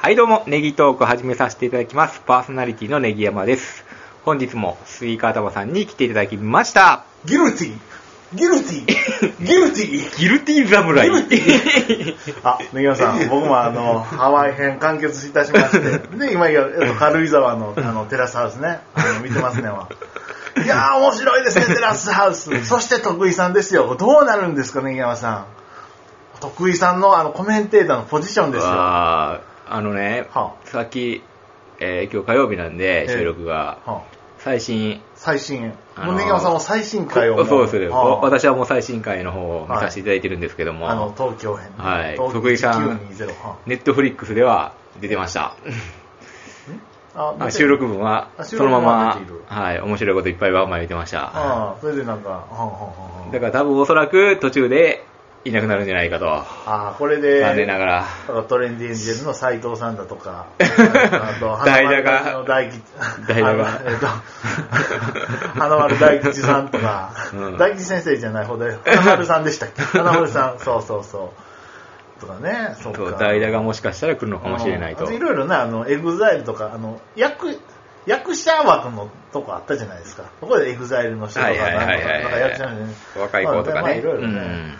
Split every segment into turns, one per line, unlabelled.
はいどうも、ネギトーク始めさせていただきます。パーソナリティのネギ山です。本日もスイカ頭さんに来ていただきました。
ギルティギル ティギルティ
ギルティー侍。
あ、ネギワさ ん、僕もあの、ハワイ編完結いたしまして、で、今、えっと軽井沢 のあのテラスハウスね、あの見てますねは。いやー、面白いですね、テラスハウス。 そして、徳井さんですよ。どうなるんですか、ネギワさん。徳井さんのあのコメンテーターのポジションですよ。
あーあのね、
は
さっき、えー今日火曜日なんで、
ええ
収録が、
は
最新、
最新。
あの
もう
ー
ネギワさんも最新回をも。
そうです、
はあ
私はもう最新回の方を見させていただいてるんですけども、
あの、東京編。
はい
東京
徳井さん
1920は
ネットフリックスでは出てました。
あ
あ収録分は、
あ
そ
収
の
録
ま
分
ま
は出ている、
はい、面白いこといっぱいわんま見てました。
ああ、それでなんか、はんはんはんはん
だから多分おそらく途中でいなくなるんじゃないかと。
ああ、これで、
残念ながら。
だからトレンディエンジェルの斎藤さんだとか、
代打
代
が
大吉、
代打が
あのえっと、花丸大吉さんとか、
うん
大吉先生じゃない方で、花丸さんでしたっけ花丸さん、そうそうそう。とかね、そう
そう
か。
代打がもしかしたら来るのかもしれないと。
うんいろいろね、あの、エグザイルとか、あの、役、役者枠のとこあったじゃないですか。そこでエグザイルの人とか、
はいはい
なん
は
か
いはい
なんか役者のね。
若い子とか
まあまあ
ね。
いろいろ
う
ね
ん
うん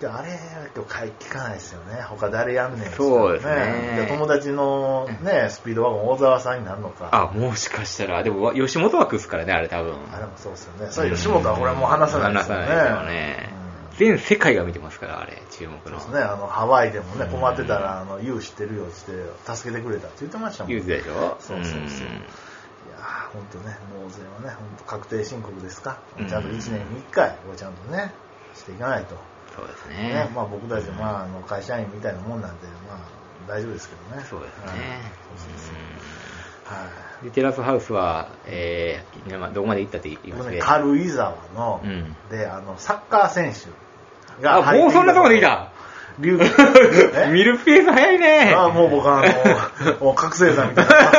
であれ今日聞かないですよね他誰やんねん
そうですね
で友達のねスピードワゴン大沢さんになるのか
あ、もしかしたら、でも吉本枠ですからね、あれ多分。
あれもそうですよねそれ吉本はこれはもう話さないですよね
話さないですよね全世界が見てますから、あれ、注目
うんそう
の
です。ねあのハワイでもね困ってたら「あの YOU 知ってるよ」って言って助けてくれたって言ってましたもん
言うてたでしょ
そうそうそうんいやー本当ね納税はね本当確定申告ですか
うん
ちゃんと1年に1回これちゃんとねしていかないと
そうです
ね
ね。
まあ、僕たち、まあ、あの会社員みたいなもんなんで、まあ、大丈夫ですけどね。
そうですね
はいそうそうそうはい
うんでテラスハウスは、えー今どこまで行ったって言いま
僕
す
ね
ね。
軽井沢の、
うん
であのサッカー選手が
あ、もうそんなとこでいいた
入ってきた琉 球ね
見るペース早いね。
あもう僕はあの、もう覚醒剤みたいな。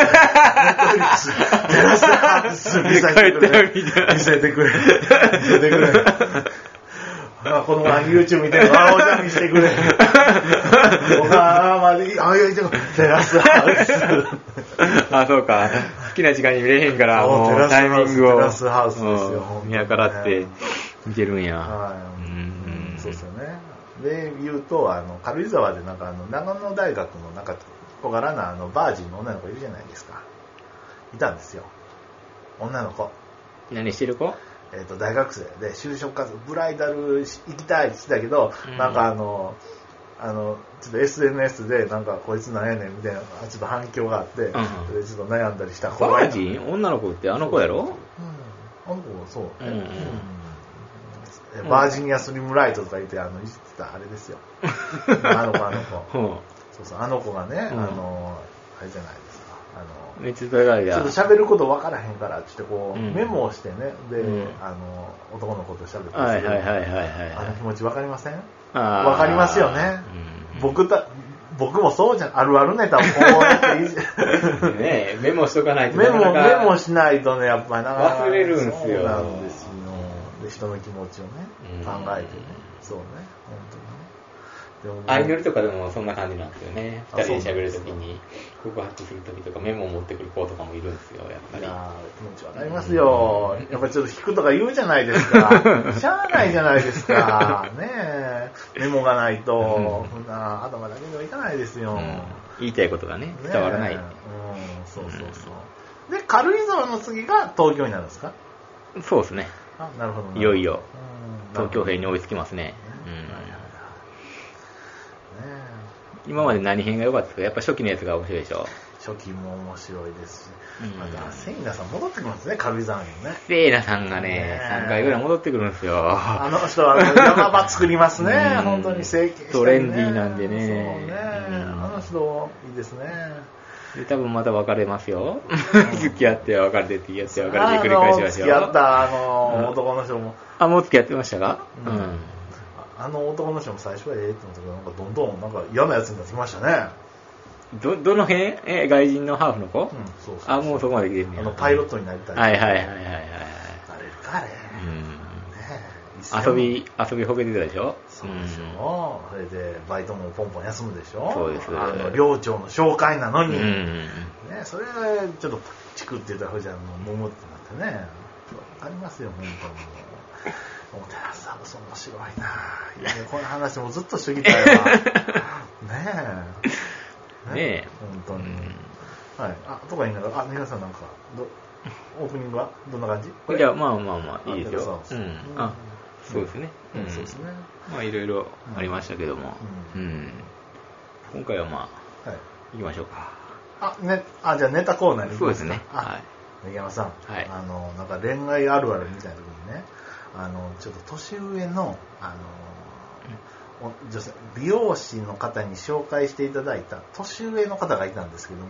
テラスハウス見せてくれ。
帰ったみたい
見せてくれ。見せてくれ。あこの前 YouTube 見てるあおじゃ見せてくれ。僕は、あまで、あ、いやいや、テラスハウス。
あ、そうか。好きな時間に見れへんから、
そう
も
テ
う
ラス
タイ
ハウス
ミングを。
テラスハウスですよ本
う
当
ん
に
見
ね
計らって、見てるんや。
はい、
うん
そうですよね。で、言うと、あの、軽井沢で、なんか、あの、長野大学の、なんか、小柄な、あの、バージンの女の子いるじゃないですか。いたんですよ。女の子。
何してる子
えー、と大学生で就職活動ブライダルし行きたいって言ってたけど、
うん
なんかあのあのちょっと SNS でなんかこいつなんやねんみたいなちょっと反響があって、
んうん
でちょっと悩んだりした子が
バ
い
ー
た
ジン女の子ってあの子やろ
うん、あの子そう、
うんうん
えバージニアスリムライトとか言ってあの言ってたあれですよあの子あの子
うん。
そうそうあの子がね、
うん
あのあれじゃないですかあの
めっちゃ高い
ちょ
や
っと。喋ること分からへんからって言ってこう、
うん
メモをしてねで、
うん
あの男の子と喋ってたん
は
です
い
けど
はいはいはい
あの
は
気持ち分かりません
い。わ
わかりますよね僕た僕もそうじゃんあるあるネタをこうやっ ていじ
ねえメモしとかないと
メ
なか
モ
なか。
メモしないとねやっぱりなかなか
忘れるんすよ
そうなんですよで人の気持ちをね
うん
考えてねそうね本当にねでも
相乗りとかでもそんな感じなんですよね。
あ
二人で喋るときに、告白するときとかメモを持ってくる子とかもいるんですよ、やっぱ
い
り。
やー気持ちわかりますよ。やっぱちょっと引くとか言うじゃないです か。しゃあないじゃないですか。ねえ。メモがないと、そんな頭だけにはいかないですよ。
うん言いたいことがね
ね、え
伝わらない
うん。、そうそうそう。で、軽井沢の次が東京になるんですか
そうですね。
あ、なるほど。
いよいよ
うん。
東京編に追いつきますね。う
なるほどねはいはい
ん
はいねえ
今まで何編が良かったですかやっぱ初期のやつが面白いでしょ。
初期も面白いですし
うん、
また、セイナさん戻ってきますね、軽井沢にもね。
セイラさんがね
ね、え
3回ぐらい戻ってくるんですよ。
あの人はあ の山場作りますね
うん、
本当に整形して、ね。
トレンディーなんでね
そうね、
うん
あの人、いいですね。
で、多分また別れますよ。
ん
付き合って別れて、付き合って別れて繰り
あ
返し
の
まし
付
ょ
き合っ
う。
たあの、
うん
男の人も、
あ、もう付き合ってましたかう
うん
ん。
あの男の人も最初はええって思ったけど、なんかどんどんなんか嫌なやつになってきましたね。
ど、どの辺え、外人のハーフの子
うん、そうそう
あ、もうそこまで来てんね
あ
や
のパイロットになりたい。
はいはいはい
い。
はいはいはい。
なれるか、あれ。ね
うん
え、ですよ
遊び、遊びほけてたでしょ
そうでしょ、うそれでバイトもポンポン休むでしょ
そうです
あの寮長の紹介なの
うん。
に、
うん
ね、それがちょっとチクって言ったらほいじゃんの桃ってなってねわかりますよ本当にもう寺さんもそ面白いないやこの話もずっとしてき たよね
ね
え
え
本当に、はいあとか言いながらあ皆さんなんかどオープニングはどんな感じ
いや、まあまあまあ、いいです
あ
よ。う
寺
ん
さ。ん
あ、そうですね。
う
うんん。
そうですね
まあ、いろいろありましたけども。
う
うん。今回はまあ、
はい
行きましょうか。
あねあじゃあネタコーナーに行き
そう
ま
ですす
か
ね。
あ
は
根山さん、
はい
あのなんか恋愛あるあるみたいな時にねあのちょっと年上のあの、お女性美容師の方に紹介していただいた年上の方がいたんですけども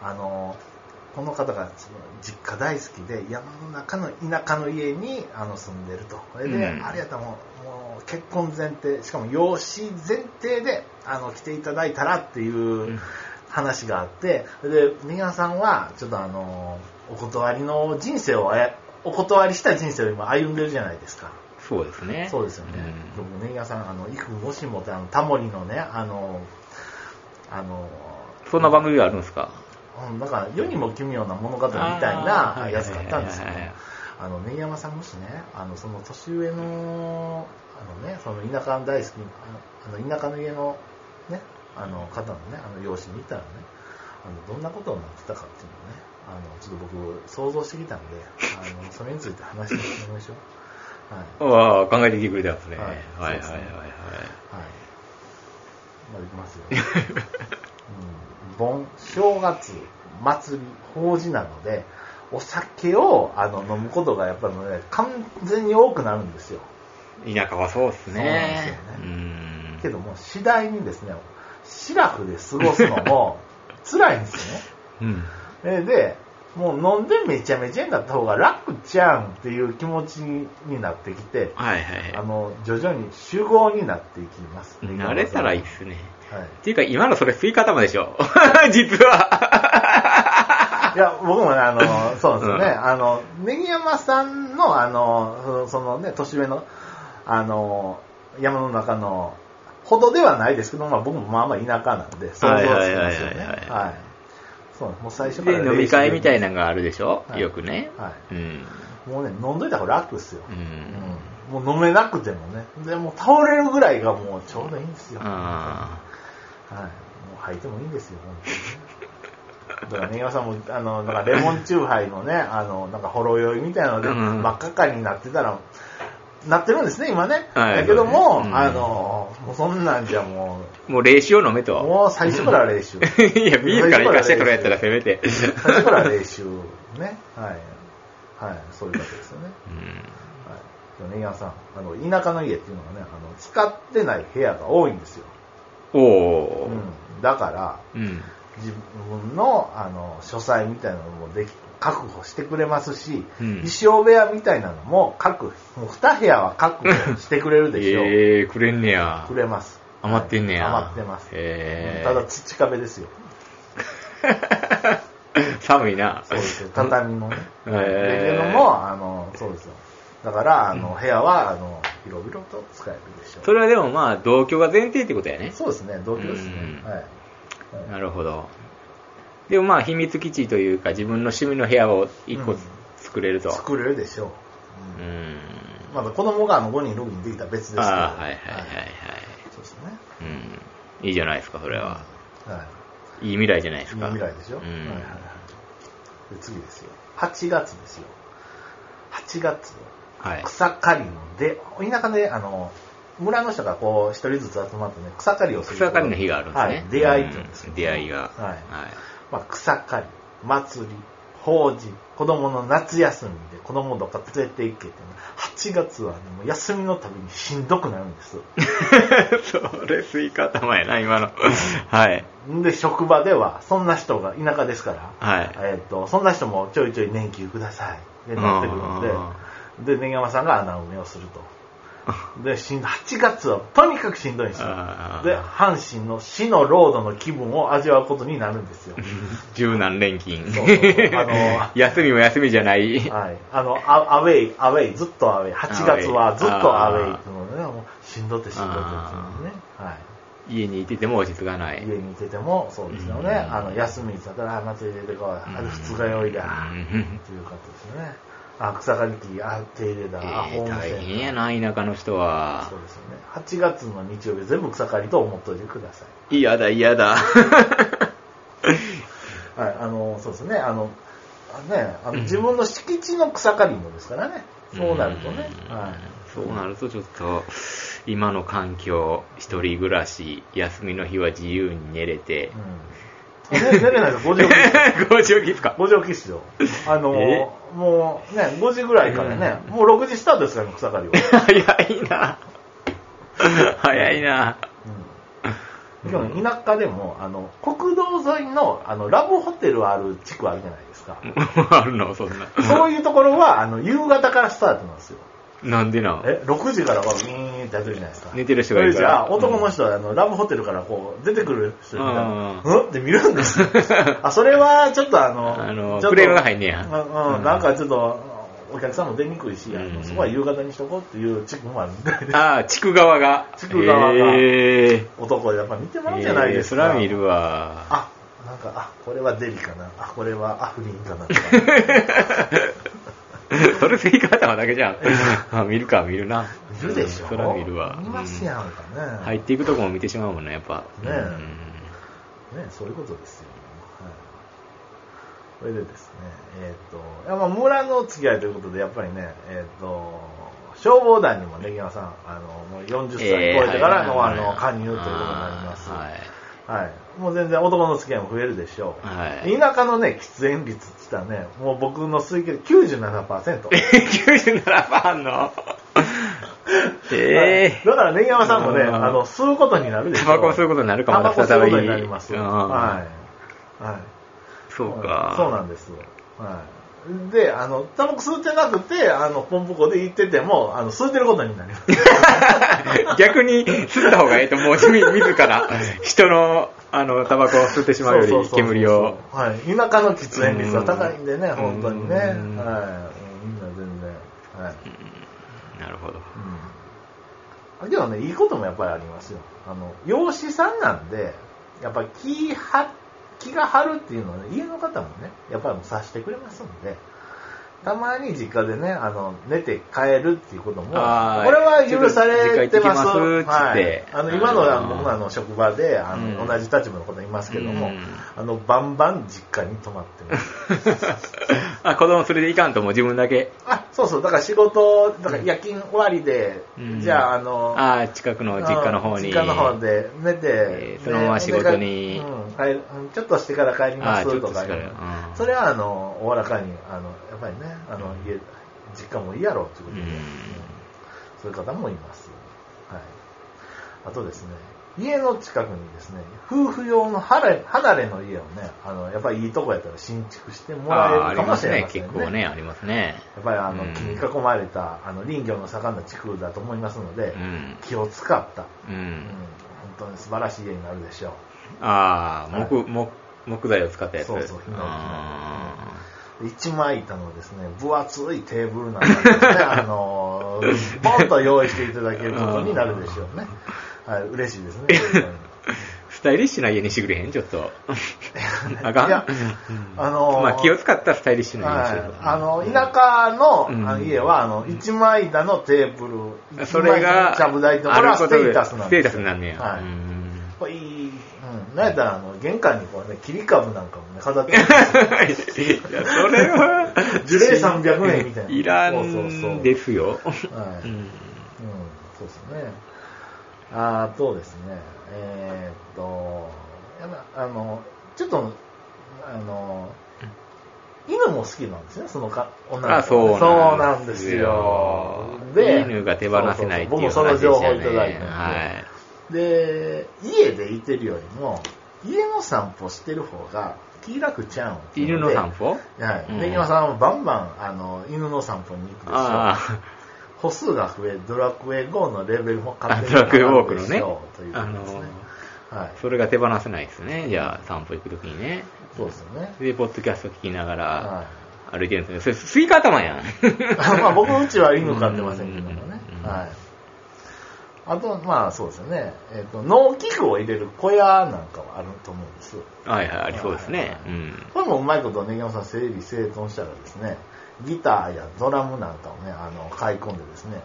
あのこの方がその実家大好きで山の中の田舎の家にあの住んでるとそれで、
うん
あれやったらもうもう結婚前提しかも養子前提であの来ていただいたらっていう。
ん
話があってで皆さんはちょっとあのお断りの人生をあやお断りした人生を今歩んでるじゃないですか
い。そうですね。
そうですよね、
う
で
ん
もね皆さんあの「いくもしも」ってあのタモリのねあのあの
そんな番組があるんですか
うんなんか世にも奇妙な物語みたい
あーは
ないやつだったんですよ
はいはいはい
ねあの根山さんもしねあのその年上のあのねその田舎の大好きあのあの田舎の家のねあの方のねあの養子に行ったらねあのどんなことになってたかっていうのをねあのちょっと僕想像してきたんであのそれについて話してみましょう
あ
はい
あ、考えてきてくれたんですね。
は
はいいはいはい
そうです
は
ね
いはい。
はい。まあ、いきますよ。うん、盆、正月、祭り、法事なので、お酒をあの飲むことがやっぱりね、完全に多くなるんですよ。
田舎はそうですね。
そう
うん
けども、次第にですね、シラフで過ごすの も辛いんですね。
うん。
えーで、もう飲んでめちゃめちゃになった方が楽ちゃんっていう気持ちになってきて、
はいはい
あ
は
の、徐々に集合になっていきます。
い。慣れたらいい
は
で
い。
すね。っていうか、今のそれ吸い方もでしょ 実は。
いや、僕もね、あの、そうですね、
うん
あの、ネギ山さんの、あの、そのそのね、年上の、あの、山の中の、ほどではないですけど、まあ僕もまあまあ田舎なんで、想像つきますよ
はいはい
ね。
はいはいはい
はい。そう、もう最初か
で、
ら。
飲み会みたい
な。
なのがあるでしょ
はい
よくね。
は
うん。
い。もうね、飲んどいた方が楽ですよ
う。ん。
うん。もう飲めなくてもね。で、もう倒れるぐらいがもうちょうどいいんですよ。
あ
はい。もう吐いてもいいんですよ、本当にね。だから、新山さんも、あの、なんかレモンチューハイのね、あの、なんかほろ酔いみたいなので、
うん
真っ赤っかになってたら、なってるんですね、今ね。
はい
だけども、
うん
あの、もうそんなんじゃも
あ。もう練習を飲め
う、
と。
もう最初から練 習。
いや、自ら行かしてくれやったらせめて。
最初から練習。ね。はい。はい。そういうことですよね。
うん
はい。新山さん、あの、田舎の家っていうのはね、あの、使ってない部屋が多いんですよ。
お
う
ー。
ん。だから、
うん。
自分のあの書斎みたいなのもでき確保してくれますし、
うん
衣装部屋みたいなのも各もう2部屋は確保してくれるでしょう、
ええー、くれんねや。
くれます
余ってんねや。
余ってます、
へえ。
ただ土壁ですよ
寒いな。
そうです よ畳のね
へ
だ
ー
けどもあのそうですよだからあの部屋はあの広々と使えるでしょう
それはでもまあ、同居が前提ってことやね。
そうですね同居ですね、
うん
はいはい
なるほど。でもまあ、秘密基地というか、自分の趣味の部屋を一
う
個
ん
作れると。
作れるでしょう、
う
うん
ん。
まだ子供があの5人6人できたら別ですけど
ああ、はいはいはい
はいそうですね
はい。うん。いいじゃないですか、それは。
はい。
いい未来じゃないです
近
か。
未来でしょ、
うん
はいはいはい。で、次ですよ。8月ですよ。8月、
はい。
草刈りので、田舎で、あの、村の人がこう、一人ずつ集まってね、草刈りをする。
草刈りの日があるんですね。
はい。出会いって言うんですよ、
う出会いが。
はい
はい。
まあ、草刈り、祭り、法事、子供の夏休みで子供とか連れて行けてね、8月はね、もう休みのたびにしんどくなるんです。
それ、スイカ頭やな、今の。はい。
んで、職場では、そんな人が、田舎ですから、
はい。
えっと、そんな人もちょいちょい年休ください。で、なってくるの
あ
で、で、根山さんが穴埋めをすると。で、しん8月はとにかくしんどいんですよ。
あー
で、阪神の死のロードの気分を味わうことになるんですよ。
柔軟錬金
そうそうそう あのー
休みも休みじゃない
はい。あの、アアウェイ、アウェイ、ずっとアウェイ。8月はずっとアウェイっていうのでね、もうしんどってしんどってっていうのでね。はい。
家にいてても落ち着かない
家にいててもそうですよね、
うん
あの休みにさったらあ祭り出てこい、あれ二日酔いだ、
うん
ということですねあ草刈り機あ手入れだ、
え
あホー
ー
ムセン
大
タ
変や
ー
な田舎の人は
そうですよね8月の日曜日全部草刈りと思っといてくださ
嫌だ嫌 だ
い、はい、あのそうですねあのあねあの自分の敷地の草刈りもですからねそうなるとね、
うん
はい
そうなるとちょっと今の環境一人暮らし休みの日は自由に寝れて
うん、ね寝れないですよ5時起き ですよ
ご正気っすか
5時起きっすよあの
え
もうね5時ぐらいからね、もう6時スタートですからね草刈りは
早いな早いな
うん、でも田舎でもあの国道沿いのあのラブホテルある地区あるじゃないですか、
あるのそんな
そういうところはあの夕方からスタートなんですよ
なんでなん
え6時からこうウィーンってやってるじゃないですか
寝てる人がいるから
それじゃあ男の人はあのラブホテルからこう出てくる人いたら
う
うんって見るんですよ あそれはちょっとあの
あの
ちょっと
クレームが入んねや
うんうんなんかちょっとお客さんも出にくいし、あ
う
の
ん
そこは夕方にしとこうっていう地区もあるみたいで
ああ地区側が
地区側が
えー
男やっぱ見てもらうじゃないですか、
えーそら見るわ。
あなんかあこれはデリかなあこれはアフリンか なとか
それスイカ頭だけじゃん。あ 見るか、見るな。
見るでしょ
そら見るわ。
見ますやんかね、
うん入っていくとこも見てしまうもんね、やっぱ。
ねえ
うん
ねそういうことですよ、はい、それでですねえっ、といやまあ村のお付き合いということでやっぱりねえっ、と消防団にもね、ぎまさん、あの、もう40歳超えてからの、あの、加入ということになります。
は。
はいい。もう全然男の付き合いも増えるでしょう。
はい。
田舎のね、喫煙率って言ったらね、もう僕の推計で97%。
97%あん のええ
だからね、山さんもね、
うん
あの、吸うことになるでしょ。
タバコを吸うことになるかも
タ
な
バコ吸うことになります。
再び
はい。
うん
はい。
そうか。
そうなんです。はい。で、あの、タバコ吸ってなくて、あの、ポンポコで行ってても、あの、吸ってることになります。
逆に吸った方がええと思う。自 自ら、人の、あの、タバコを吸ってしまうより、煙を。。
はい。田舎の喫煙率は高いんでね、
うん
本当にね。はい。
うん
みんな全然。はい。
なるほど。
うん、でもねいいこともやっぱりありますよあの養子さんなんでやっぱり気は気が張るっていうのは、ね、家の方もねやっぱりもう察してくれますんでたまに実家でねあの寝て帰るっていうこともこれ
あー
は許されてます
ちょっと実家行ってきますっつって
はい、あの今のは
あー
僕のあの職場であの、
うん
同じ立場の方いますけども、
うん
あのバンバン実家に泊まってます
あ、子供連れていかんともう自分だけ。
あそうそうだから仕事だから夜勤終わりで、
うん
じゃああの
あー近くの実家の方に。
実家の方で寝て、
えーそのまま仕事に
でうんはいちょっとしてから帰りま
あーちょ
す
っと
とか
疲
言
れ
う
る。うん
それはあのおおらかにあのやっぱりねあの家実家もいいやろっていうことで、
うん
そういう方もいます、はい、あとですね家の近くにですね夫婦用の離れ離れの家をねあのやっぱりいいとこやったら新築しても
あー
ら
あり
えるかも
ま
し
す
れ
ね
ま。せん
結構ね、ありますね。
やっぱりあの
うん
木に囲まれたあの林業の盛んな地区だと思いますので、
うん。
気を使った、
う
うん、
ん。
本当に素晴らしい家になるでしょう
ああ、
はい
木、木、木材を使ったやつ。
そうそう
あ
で一枚板のですね分厚いテーブルなんか ですねあのボンと用意していただけることになるでしょうね、はい、嬉しいですね
ースタイリッシュな家にしてくれへんちょっ と。あかん
いやあのー
まあ気を使ったスタイリッシュな家にし
は
て
い
ると、
あの田舎の
うん
あの家はあの一枚板のテーブル、一
それ
枚板の
が、
ちゃぶ台とこれはステータスなん
ステ
で
ー
す
タスに
よ
なんねや。
はい
うん
これいい、うん、なんやったらあの玄関にこうね切り株なんかもね飾って
いや、それは、
樹齢300年みたいな
いら
そうそうそ
ん
う
ですよ。
はい
うん
うん、そうですね。あとですね、えーっと、やっぱあの、ちょっと、あの、犬も好きなんですね、そのか女の子
あそうなん
そうなんですよ。で、
犬が手放せないっていう
そう
話で
そう
し
そう僕もその情報
た
いただい
ね。
たんで、
はい。
で、家でいてるよりも、家の散歩してる方が気楽ちゃうんってい
犬
う
の散歩
で。はい。
うん
で、今さんはバンバン、あの、犬の散歩に行くでしょ。
ああ、
歩数が増え、ドラクエ GO のレベルも
あ
勝手
ドラクエウォークの
上がるでし
ね
ょうというこ
あ
と
の
ですね。はい。
それが手放せないですね。じゃあ、散歩行くときにね。
そうですよね。
で、ポッドキャスト聞きながら
はい。
歩いてるんですよ。それスイカ頭やん。
まあ僕のうちは犬飼ってませんけどもね
う。ん
はい。あと、まあそうですよね。えっ、と、農機具を入れる小屋なんかはあると思うんです。
はいはい、ありそうですね。うん。
これもうまいことねぎまさん整理整頓したらですね、ギターやドラムなんかをね、あの、買い込んでですね、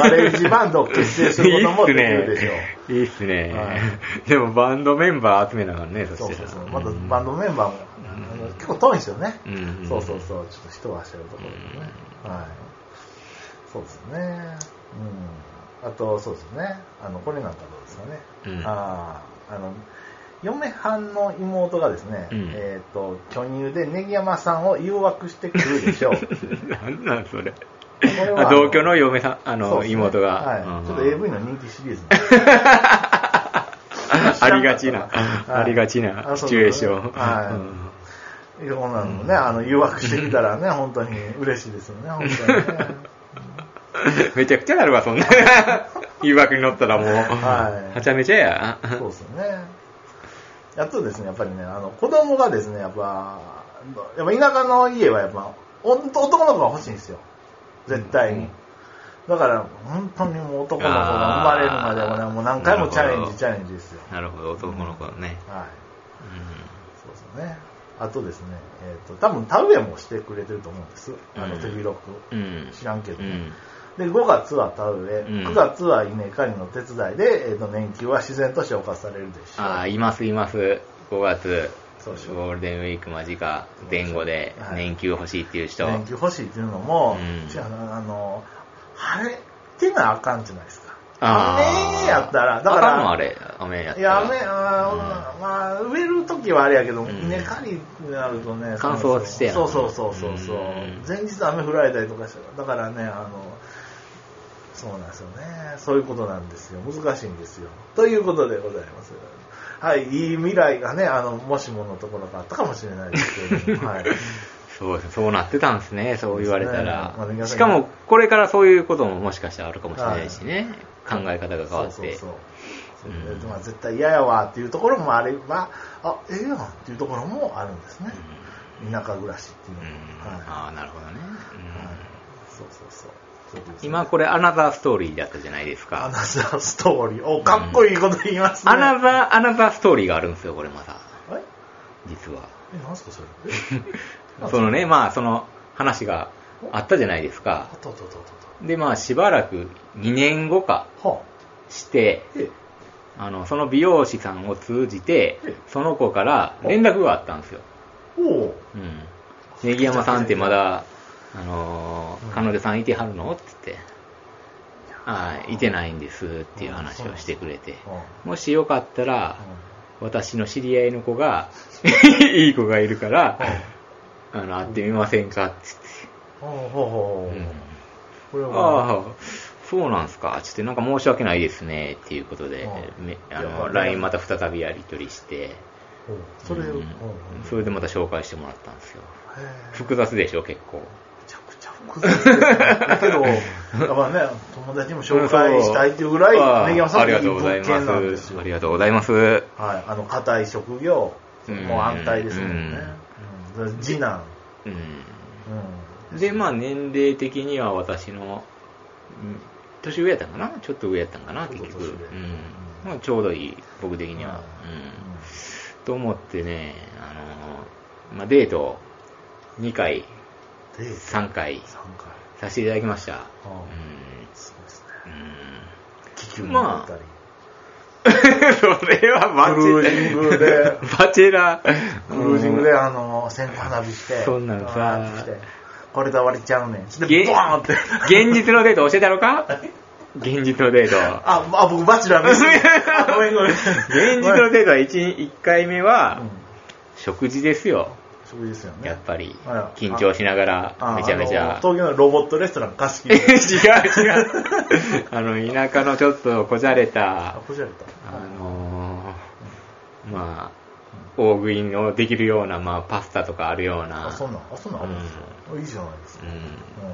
ガレージバンドを結
いい
成
っ
す
す
ることもできるでしょう。
ね。 いいっすね
はい。
でもバンドメンバー集めながらね、そ
そう
した
そう
ら。
そう。また
うん
バンドメンバーも、あの結構遠いんですよね。
うん
そうそうそう。ちょっと人が走るところですね。はい。そうですね。うん。あと、そうですね。あの、これなんかどうですかね。
うん
ああ、あの、嫁はんの妹がですね、
うん
えっ、と、巨乳でネギ山さんを誘惑してくるでしょう。こ
なんなんそれ。
れは
あ同居の嫁さん、 あ
そう
の、
ですね
妹
は
が。
い。
うん
ちょっと AV の人気シリーズ、
ありがちな、
はい
ありがち
あ
なシ
そう
チュエーション。
はい
うん
いやこんなのもね、あの、誘惑してきたらね、本当に嬉しいですよね、本当にね。
めちゃくちゃなるわ、そんな。 誘惑に乗ったらもう、
はい
はちゃめちゃや。
そうですよね。あとですね、やっぱりね、あの、子供がですね、やっぱ、やっぱ田舎の家はやっぱ、お男の子が欲しいんですよ。絶対に。
うん
だから、本当にもう男の子が生まれるまではね、
あー
もう何回もチャレ
なる
ン
ほ
ジ
ど
チャレンジですよ。
なるほど、男の子のね。
はい。
う
そうですよね。あとですね、えっ、と、多分田植えもしてくれてると思うんです。あの、
うん
手広く。
んうん。
知らんけど
う
ね。
ん。
で、5月は田植え、
うん
9月は稲刈りの手伝いで、えーと年休は自然と消化されるでしょう。
ああ、いますいます。5月、
そ
ゴ
うそう
ールデンウィーク間近、前後で
はい
年休欲しいっていう人。
年休欲しいっていうのも、
うん
違うなあの、晴れてなあかんじゃないですか。
あー
雨やったらだから
あかんのあれ、雨やった
い
ら。
や、雨、あー
うん
まあ、植える時はあれやけど、
ん
稲刈りになるとね、
乾燥してやん
そうそうそうそうそう。
うん
前日雨降られたりとかしたら、だからね、あの、そうなんですよね。そういうことなんですよ。難しいんですよ。ということでございます。はい、いい未来がね、あの、もしものところがあったかもしれないですけれ ども、はい。
そうですそうなってたんですね、そう言われたら
そうですねまあ。皆さん
しかも、これからそういうことももしかしたらあるかもしれないしね。考え方が変わって。
そうそうそう。
うん
それでまあ、絶対嫌やわっていうところもあれば、あ、ええやんっていうところもあるんですね。田舎暮らしっていう
う
の
ん
も。はい
ああ、なるほどね。うん
はいそうそうそう。
今これアナザーストーリーだったじゃないです
アナ
か。
ザーストーリー。お、かっこいいこと言いますね。
アナザー、アナザーストーリーがあるんですよ、これまた。
あれ
実は。
え、なんすかそれ。え
そのね、まあ、その話があったじゃないです
あ
か。
とあとあとあ
で、まあ、しばらく2年後か
と。は
して、
あ。え、
あの、その美容師さんを通じて
ええ、
その子から連絡があったんですよ。
おう
うん。ネギ山さんってまだ、あのー
うん
彼女さんいてはるのって言って、はい、いてないんですっていう話をしてくれて、
うんうん
もしよかったら、私の知り合いの子が、いい子がいるから、あの、会ってみませんかって
ほうほうほ
言
う
って。うん
これは、
ああ、そうなんすか。ちょっとなんか申し訳ないですね、っていうことで、
うん
めあ
いやまあ
の、LINE また再びやり取りして、
ほうそれを、
う
うんんうん
それでまた紹介してもらったんですよ。
へえ
複雑でしょ、結構。
めちゃくちゃ複雑ですねだけど、やっぱね、友達にも紹介したいっていうぐら
ああ
い、ネギ山さん
あ
っ
り
て
が
いい
とうござい
物件なん
ま
です
す。
よ
あ。りがとうございます。
はい、あの、硬い職業、
うん
もう安泰ですもんね。うん次男、
う。
うん
で、まあ、年齢的には私の、うん年上やったんかなちょっと上やったんかな結
ちょっ
局。う
と年上
ん。まあ、ちょうどいい、僕的には。うん
ん。
と思ってね、あのまあ、デートを2回、
で、3
3回
回。
させていただきました。
ああ
う
そうですね。
ん。うん。
気球に乗ったり。
それはバチ
クルージングで
バチェラク
クルージ ングで、あの、線香花火して、
そんなんさ
バーって来てこれで終わりちゃうねん。で、
げ
ボワーンって。
現実のデート教えたのか現実のデート。
あ、あ僕、バチェラー見せて。あごめんごめん。
現実のデートは 1, 回目
う
は
ん、
食事ですよ。
食事ですよね。
やっぱり
あら。
緊張しながら、
あ
めちゃめち
あの
ゃ。
東京のロボットレストラン貸 し切
違う
り。
違う。あの、田舎のちょっとこじゃれ
あ、
た、
こじゃれた。
あのーまあ、大食いのできるような、まあ、パスタとかあるような
あ、そんなん、あ、そんなんあるんですか、いいじゃないですか。
うん
うん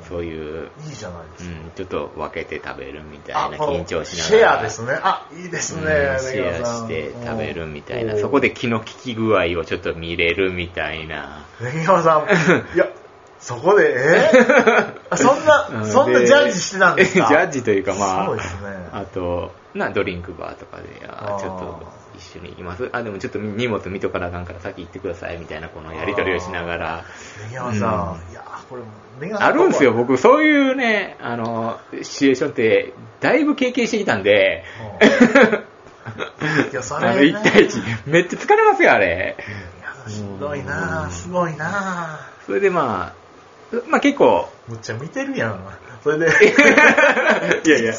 そういう、
いいじゃないです
う
か。
ん、ちょっと分けて食べるみたいな
あこの
緊張しな
シ
がら
ェアですね。あ、いいですね。
うんシ
柳
ェ
川
ア
さ
し
ん
て食べるみたいな、
うん
そこで気の利き具合をちょっと見れるみたいな。
根 山さん、いや、そこで、えーあそんな、そんなジャッジしてたんですか
ジャッジというかまあ、
そうですね
あと、な、ドリンクバーとかで、あ
あー
ちょっと一緒に行きます。あ、でもちょっと荷物見とかなあかんから先行ってくださいみたいなこのやり取りをしながら。
根山さん、いや、これ、根山さ
あるんですよ、
こ
僕、そういうね、あの、シチュエーションって、だいぶ経験してきたんで、
うんいや、それ、ね、
あの、1対1、めっちゃ疲れますよ、あれ。
いやしんどいなあすごいなあ
それでまあ、まあ結構、
むっちゃ見てるやん。それで、
い やいや、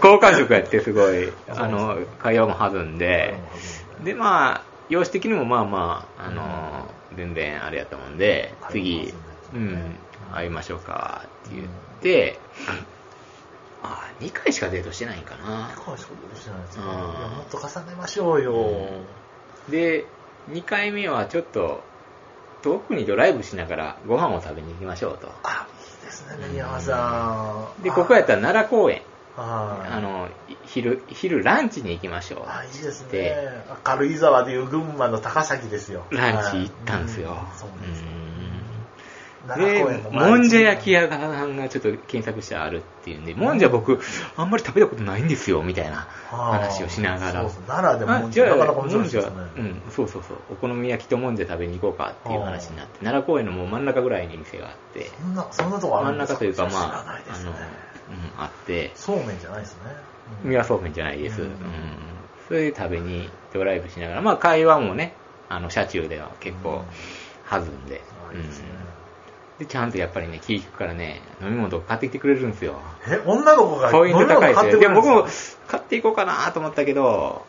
好感触やってすごい、あの、会話も弾んで、 でまあ、様子的にもまあまあ、あの、全然あれやったもんで、次、うん、会いましょうか、って言って、あ、2回しかデートしてないんかな。
こういうことしてないですか
うん
いやもっと重ねましょうよ。
で、2回目はちょっと、遠くにドライブしながらご飯を食べに行きましょうと。
あ、いいですね、根山さん。
で、ここやったら奈良公園、
あ
あ
はい
の、い昼、昼ランチに行きましょう。
あ、いいですね
で。
軽井沢でいう群馬の高崎ですよ。
ランチ行ったんですよ。
はいうんそうですね。奈良公園
で、
の
も
前
んじゃ焼き屋さんがちょっと検索してあるっていうんで、もんじゃ僕、あんまり食べたことないんですよ、みたいな話をしなが
あ
ら
ーそう。そう奈良でもも
あ
ん
じ
じ
ゃ
ゃ
あ、
なかなか面
も
白
ん
い
じゃ、
ですね。
うん、そうそうそう、お好み焼きともんじゃ食べに行こうかっていう話になって、奈良公園のもう真ん中ぐらいに店があって、
そんな、そんなとこあ
真
る
ん
んです
中というか、ま
知ら
あ
ない、で
あ
す
の、
ね
うん、あって、
そうめんじゃないですね。うん
宮そうめんじゃないです。う
うんん。
それで食べにドライブしながら、まあ会話もね、あの、車中では結構弾んで、
あ
う
いいですね
ん。で、ちゃんとやっぱりね、気ぃ利くからね、飲み物買ってきてくれるんですよ。
え、女の子が
ポイント高いで
買っ
す
て
よ。で
くれるん
も僕も
です
買っていこうかなと思ったけど、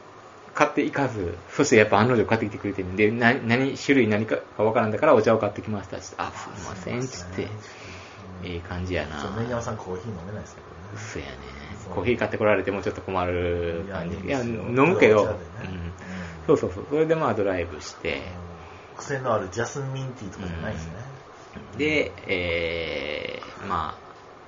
買っていかず、そしてやっぱ案の定買ってきてくれてるんで、な何種類何かわからんだからお茶を買ってきましたし、あ、すいません、つって、ええ感じやな。
そう、根山さんコーヒー飲めないですけ
そうやね
そ。う
コーヒー買ってこられてもちょっと困
ど
る
ね。
感じ。い
で
や、
すよ
飲むけど、
お茶でね
うん
う
そうそ
ん
うそう。それでまあドライブして、
癖のあるジャスミンティーとかじゃないですね。
で、えー、ま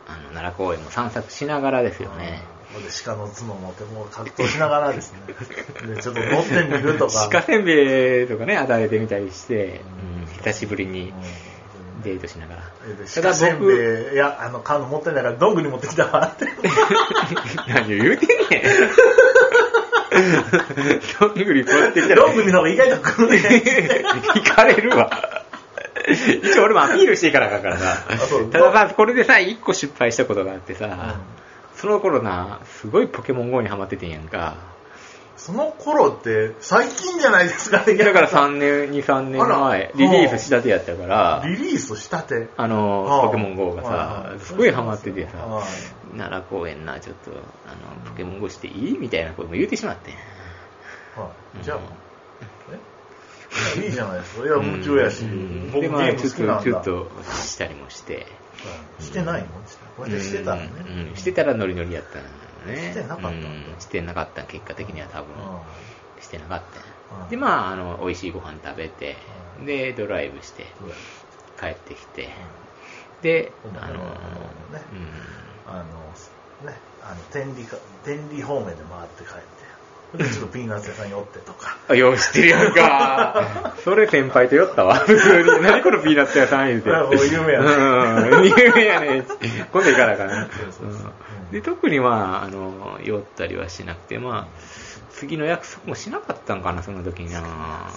あ、あの、奈良公園も散策しながらですよね。
うん。で鹿の角持ってもう格闘しながらですね。 で、ちょっと乗ってみるとか。
鹿せんべいとかね、与えてみたりして、
うん
うん、久しぶりに
うん
デートし ながら。
で
ただ
鹿せん
僕、
べい、いや、あの、缶の持ってないから、どんぐり持ってきたわって。
何を言うてんねん。 どんぐりこうやってきたら
どんぐりの方が意外と来るね。
行かれるわ。一応俺もアピールしていかなあかんからさ
そう。
ただまあ、これでさ、一個失敗したことがあってさ、
う
その頃な、すごいポケモン GO にハマっててんやんか。
んその頃って、最近じゃないですかね。
だから3年、2、3年
あら
前、リリースしたてやったから、
リリースしたて。
あの、ポケモン GO がさ
は、い
すごいハマっててさ
は、
奈良公園な、ちょっと、あの、ポケモン GO していいみたいなことも言うてしまってん。
いはいじゃあ
うん、
えいいじゃないですか。いや、夢中やし
うん、
僕
で、
ゲ
まあ、
ーム
ち
好
ょっと、
きなん
ちょ
だ
っ。と、したりもして。
うんしてないのこれでしてたらね
うんうん。してたらノリノリやったんだよね。
してなかった
うん
だ
んしてなかった。結果的には多分
う。ん
してなかった
うん
で、まあ、あの、美味しいご飯食べて、
うん
で、ドライブして、
そうや
帰ってきて、
う
で、
うん
あの、
うんんあの、ね、あの、天理か、天理方面で回って帰って、でちょっとピーナッツ屋さん寄ってとか。
うん。あよう知ってるやんか。 それ先輩と酔ったわ。普通に。何このピーナッツ屋さん言うて。
いやもう有名やね
ね。うん。有名やね。 今度行かなあかな
そうそうそう
うんで、特にまあ、あの、酔ったりはしなくて、まあ、次の約束もしなかったんかな、その時にな。
あ、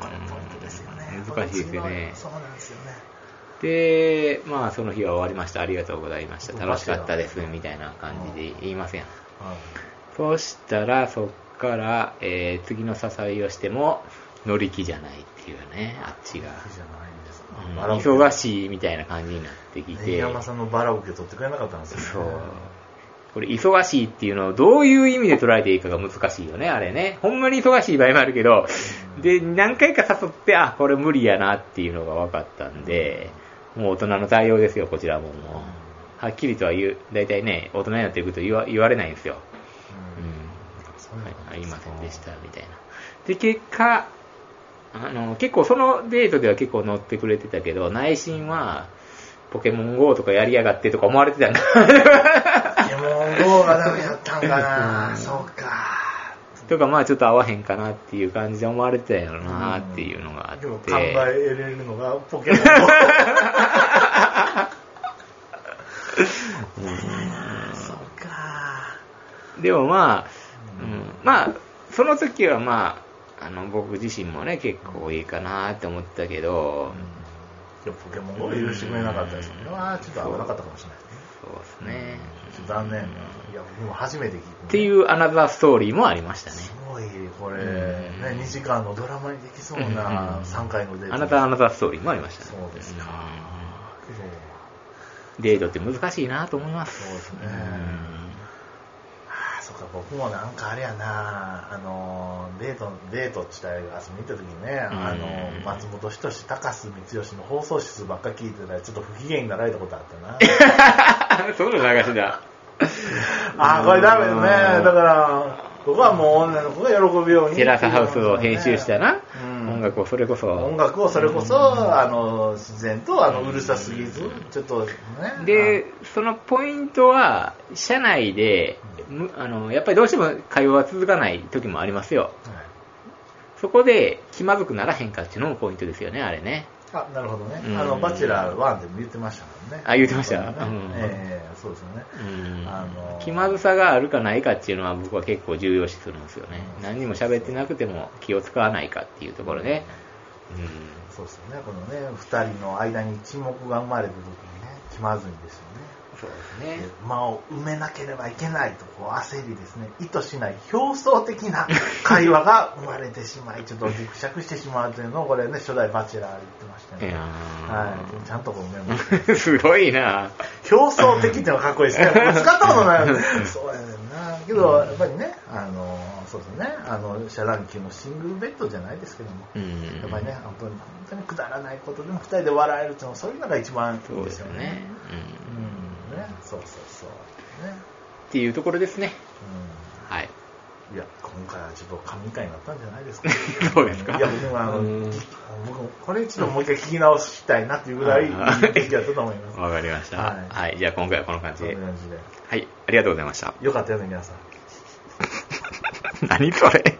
これポイントですよね。
うん難しいですよね。
そうなんですよね。
で、まあ、その日は終わりました。ありがとうございました。楽しかったです。みたいな感じで言いません。そうしたら、そっから、えー、次の誘いをしても、乗り気じゃないっていうね、あっちが。
いいじゃないですか
うん。
バラ
忙しいみたいな感じになってき
根
て。
山さんのバラオケ取ってくれなかったんですよ、ね。
そう。これ、忙しいっていうのをどういう意味で捉えていいかが難しいよね、あれね。ほんまに忙しい場合もあるけど、で、何回か誘って、あ、これ無理やなっていうのが分かったんで、もう大人の対応ですよ、こちらももう。はっきりとは言う、大体ね、大人になっていくと言わ言われないんですよ。
うん
うん。
そうなんです
はい、ありませんでした、みたいな。で、結果、あの結構そのデートでは結構乗ってくれてたけど内心はポケモン GO とかやりやがってとか思われてたんだ
ポケモン GO がダメだったんかな、
うん
そうか
とかまあちょっと合わへんかなっていう感じで思われてたんやろなっていうのがあって、
でも考えれるのがポケモン GO そうか
でもまあ、うん、まあ、その時はまあ、あの、僕自身もね、結構いいかなって思ってたけど、
いやポケモン GO 許してくれなかったですもんねわーちょっと危なかったかもしれないですね
そうですね。
ちょっと残念いや僕も初めて聞いて
っていうアナザーストーリーもありましたね。
すごいこれ、
う
ね、
ん
2時間のドラマにできそう
う
なん3回のデート
あなたアナザーストーリーもありましたね。
そうですかけど
うんデートって難しいなと思います。
そうです
うん
ねああそっか僕もなんかあれやなあのーデートデート自体が遊びに行った時にね、
うん
あのー松本人志高須光義の放送室ばっか聞いてたらちょっと不機嫌になられたことあった な
そういうの流しだ。
ああこれダメだねだから僕はもう女の子が喜ぶように
テラスハウスを編集したな、
うん
音楽をそれこそ。
音楽をそれこそ、あの自然とあのうるさすぎずちょっとね
で、そのポイントは、社内で、むあの、やっぱりどうしても会話は続かない時もありますよ。
あはい
そこで気まずくならへんかっていうのもポイントですよね、あれね。
あなるほどね、
うん
あのバチェラー1でも言ってましたもんね
あ言ってました
そうだね
うん
ええそうですよね、
うん
あの
気まずさがあるかないかっていうのは僕は結構重要視するんですよね。
うん
何にも喋ってなくても気を使わないかっていうところね。
そうですよねこのね2人の間に沈黙が生まれた時にね気まずいんですよ
うん、そう
ね
で
で間を埋めなければいけないとこう焦りですね意図しない表層的 な会話が生まれてしまいちょっとぎくしゃくしてしまうというのをこれね初代バチェラー言ってました
い
ね
や
はい、ちゃんとこう埋めました
ー すごいな
表層的ってのはかっこいいですね。僕使ったことないので。そうやねんな。けど、やっぱりね、あの、そうですね、あの、シャランキーのシングルベッドじゃないですけども、
うん
やっぱりね、本当に、本当にくだらないことでも二人で笑えるっていうのは、そういうのが一番い
そ
いうで
ですす
よ
よ
ね。
ね。
うん、ね、そうそうそう。
うん。
ね。
っていうところですね。はい。
うん。いや、今回はちょっと神回になったんじゃないですか。
そうですか
いや、僕もあの、
うん
き僕もこれちょっともう一回聞き直したいなっていうぐらい、いい出来だったと思います。
わかりました。
は
はいい、じゃあ今回はこの感じ
そん
で
な。感じで。
はい、ありがとうございました。
よかったよね、皆さん。
何それ